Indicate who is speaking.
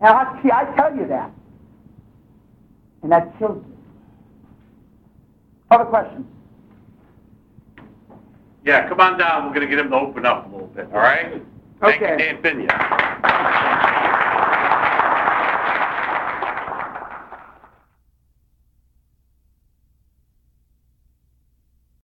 Speaker 1: Now, I, see, I tell you that. And that kills you. Other questions?
Speaker 2: Yeah, come on down. We're going to get him to open up a little bit, all right? Thank you,
Speaker 1: Okay.
Speaker 2: Dan Pena.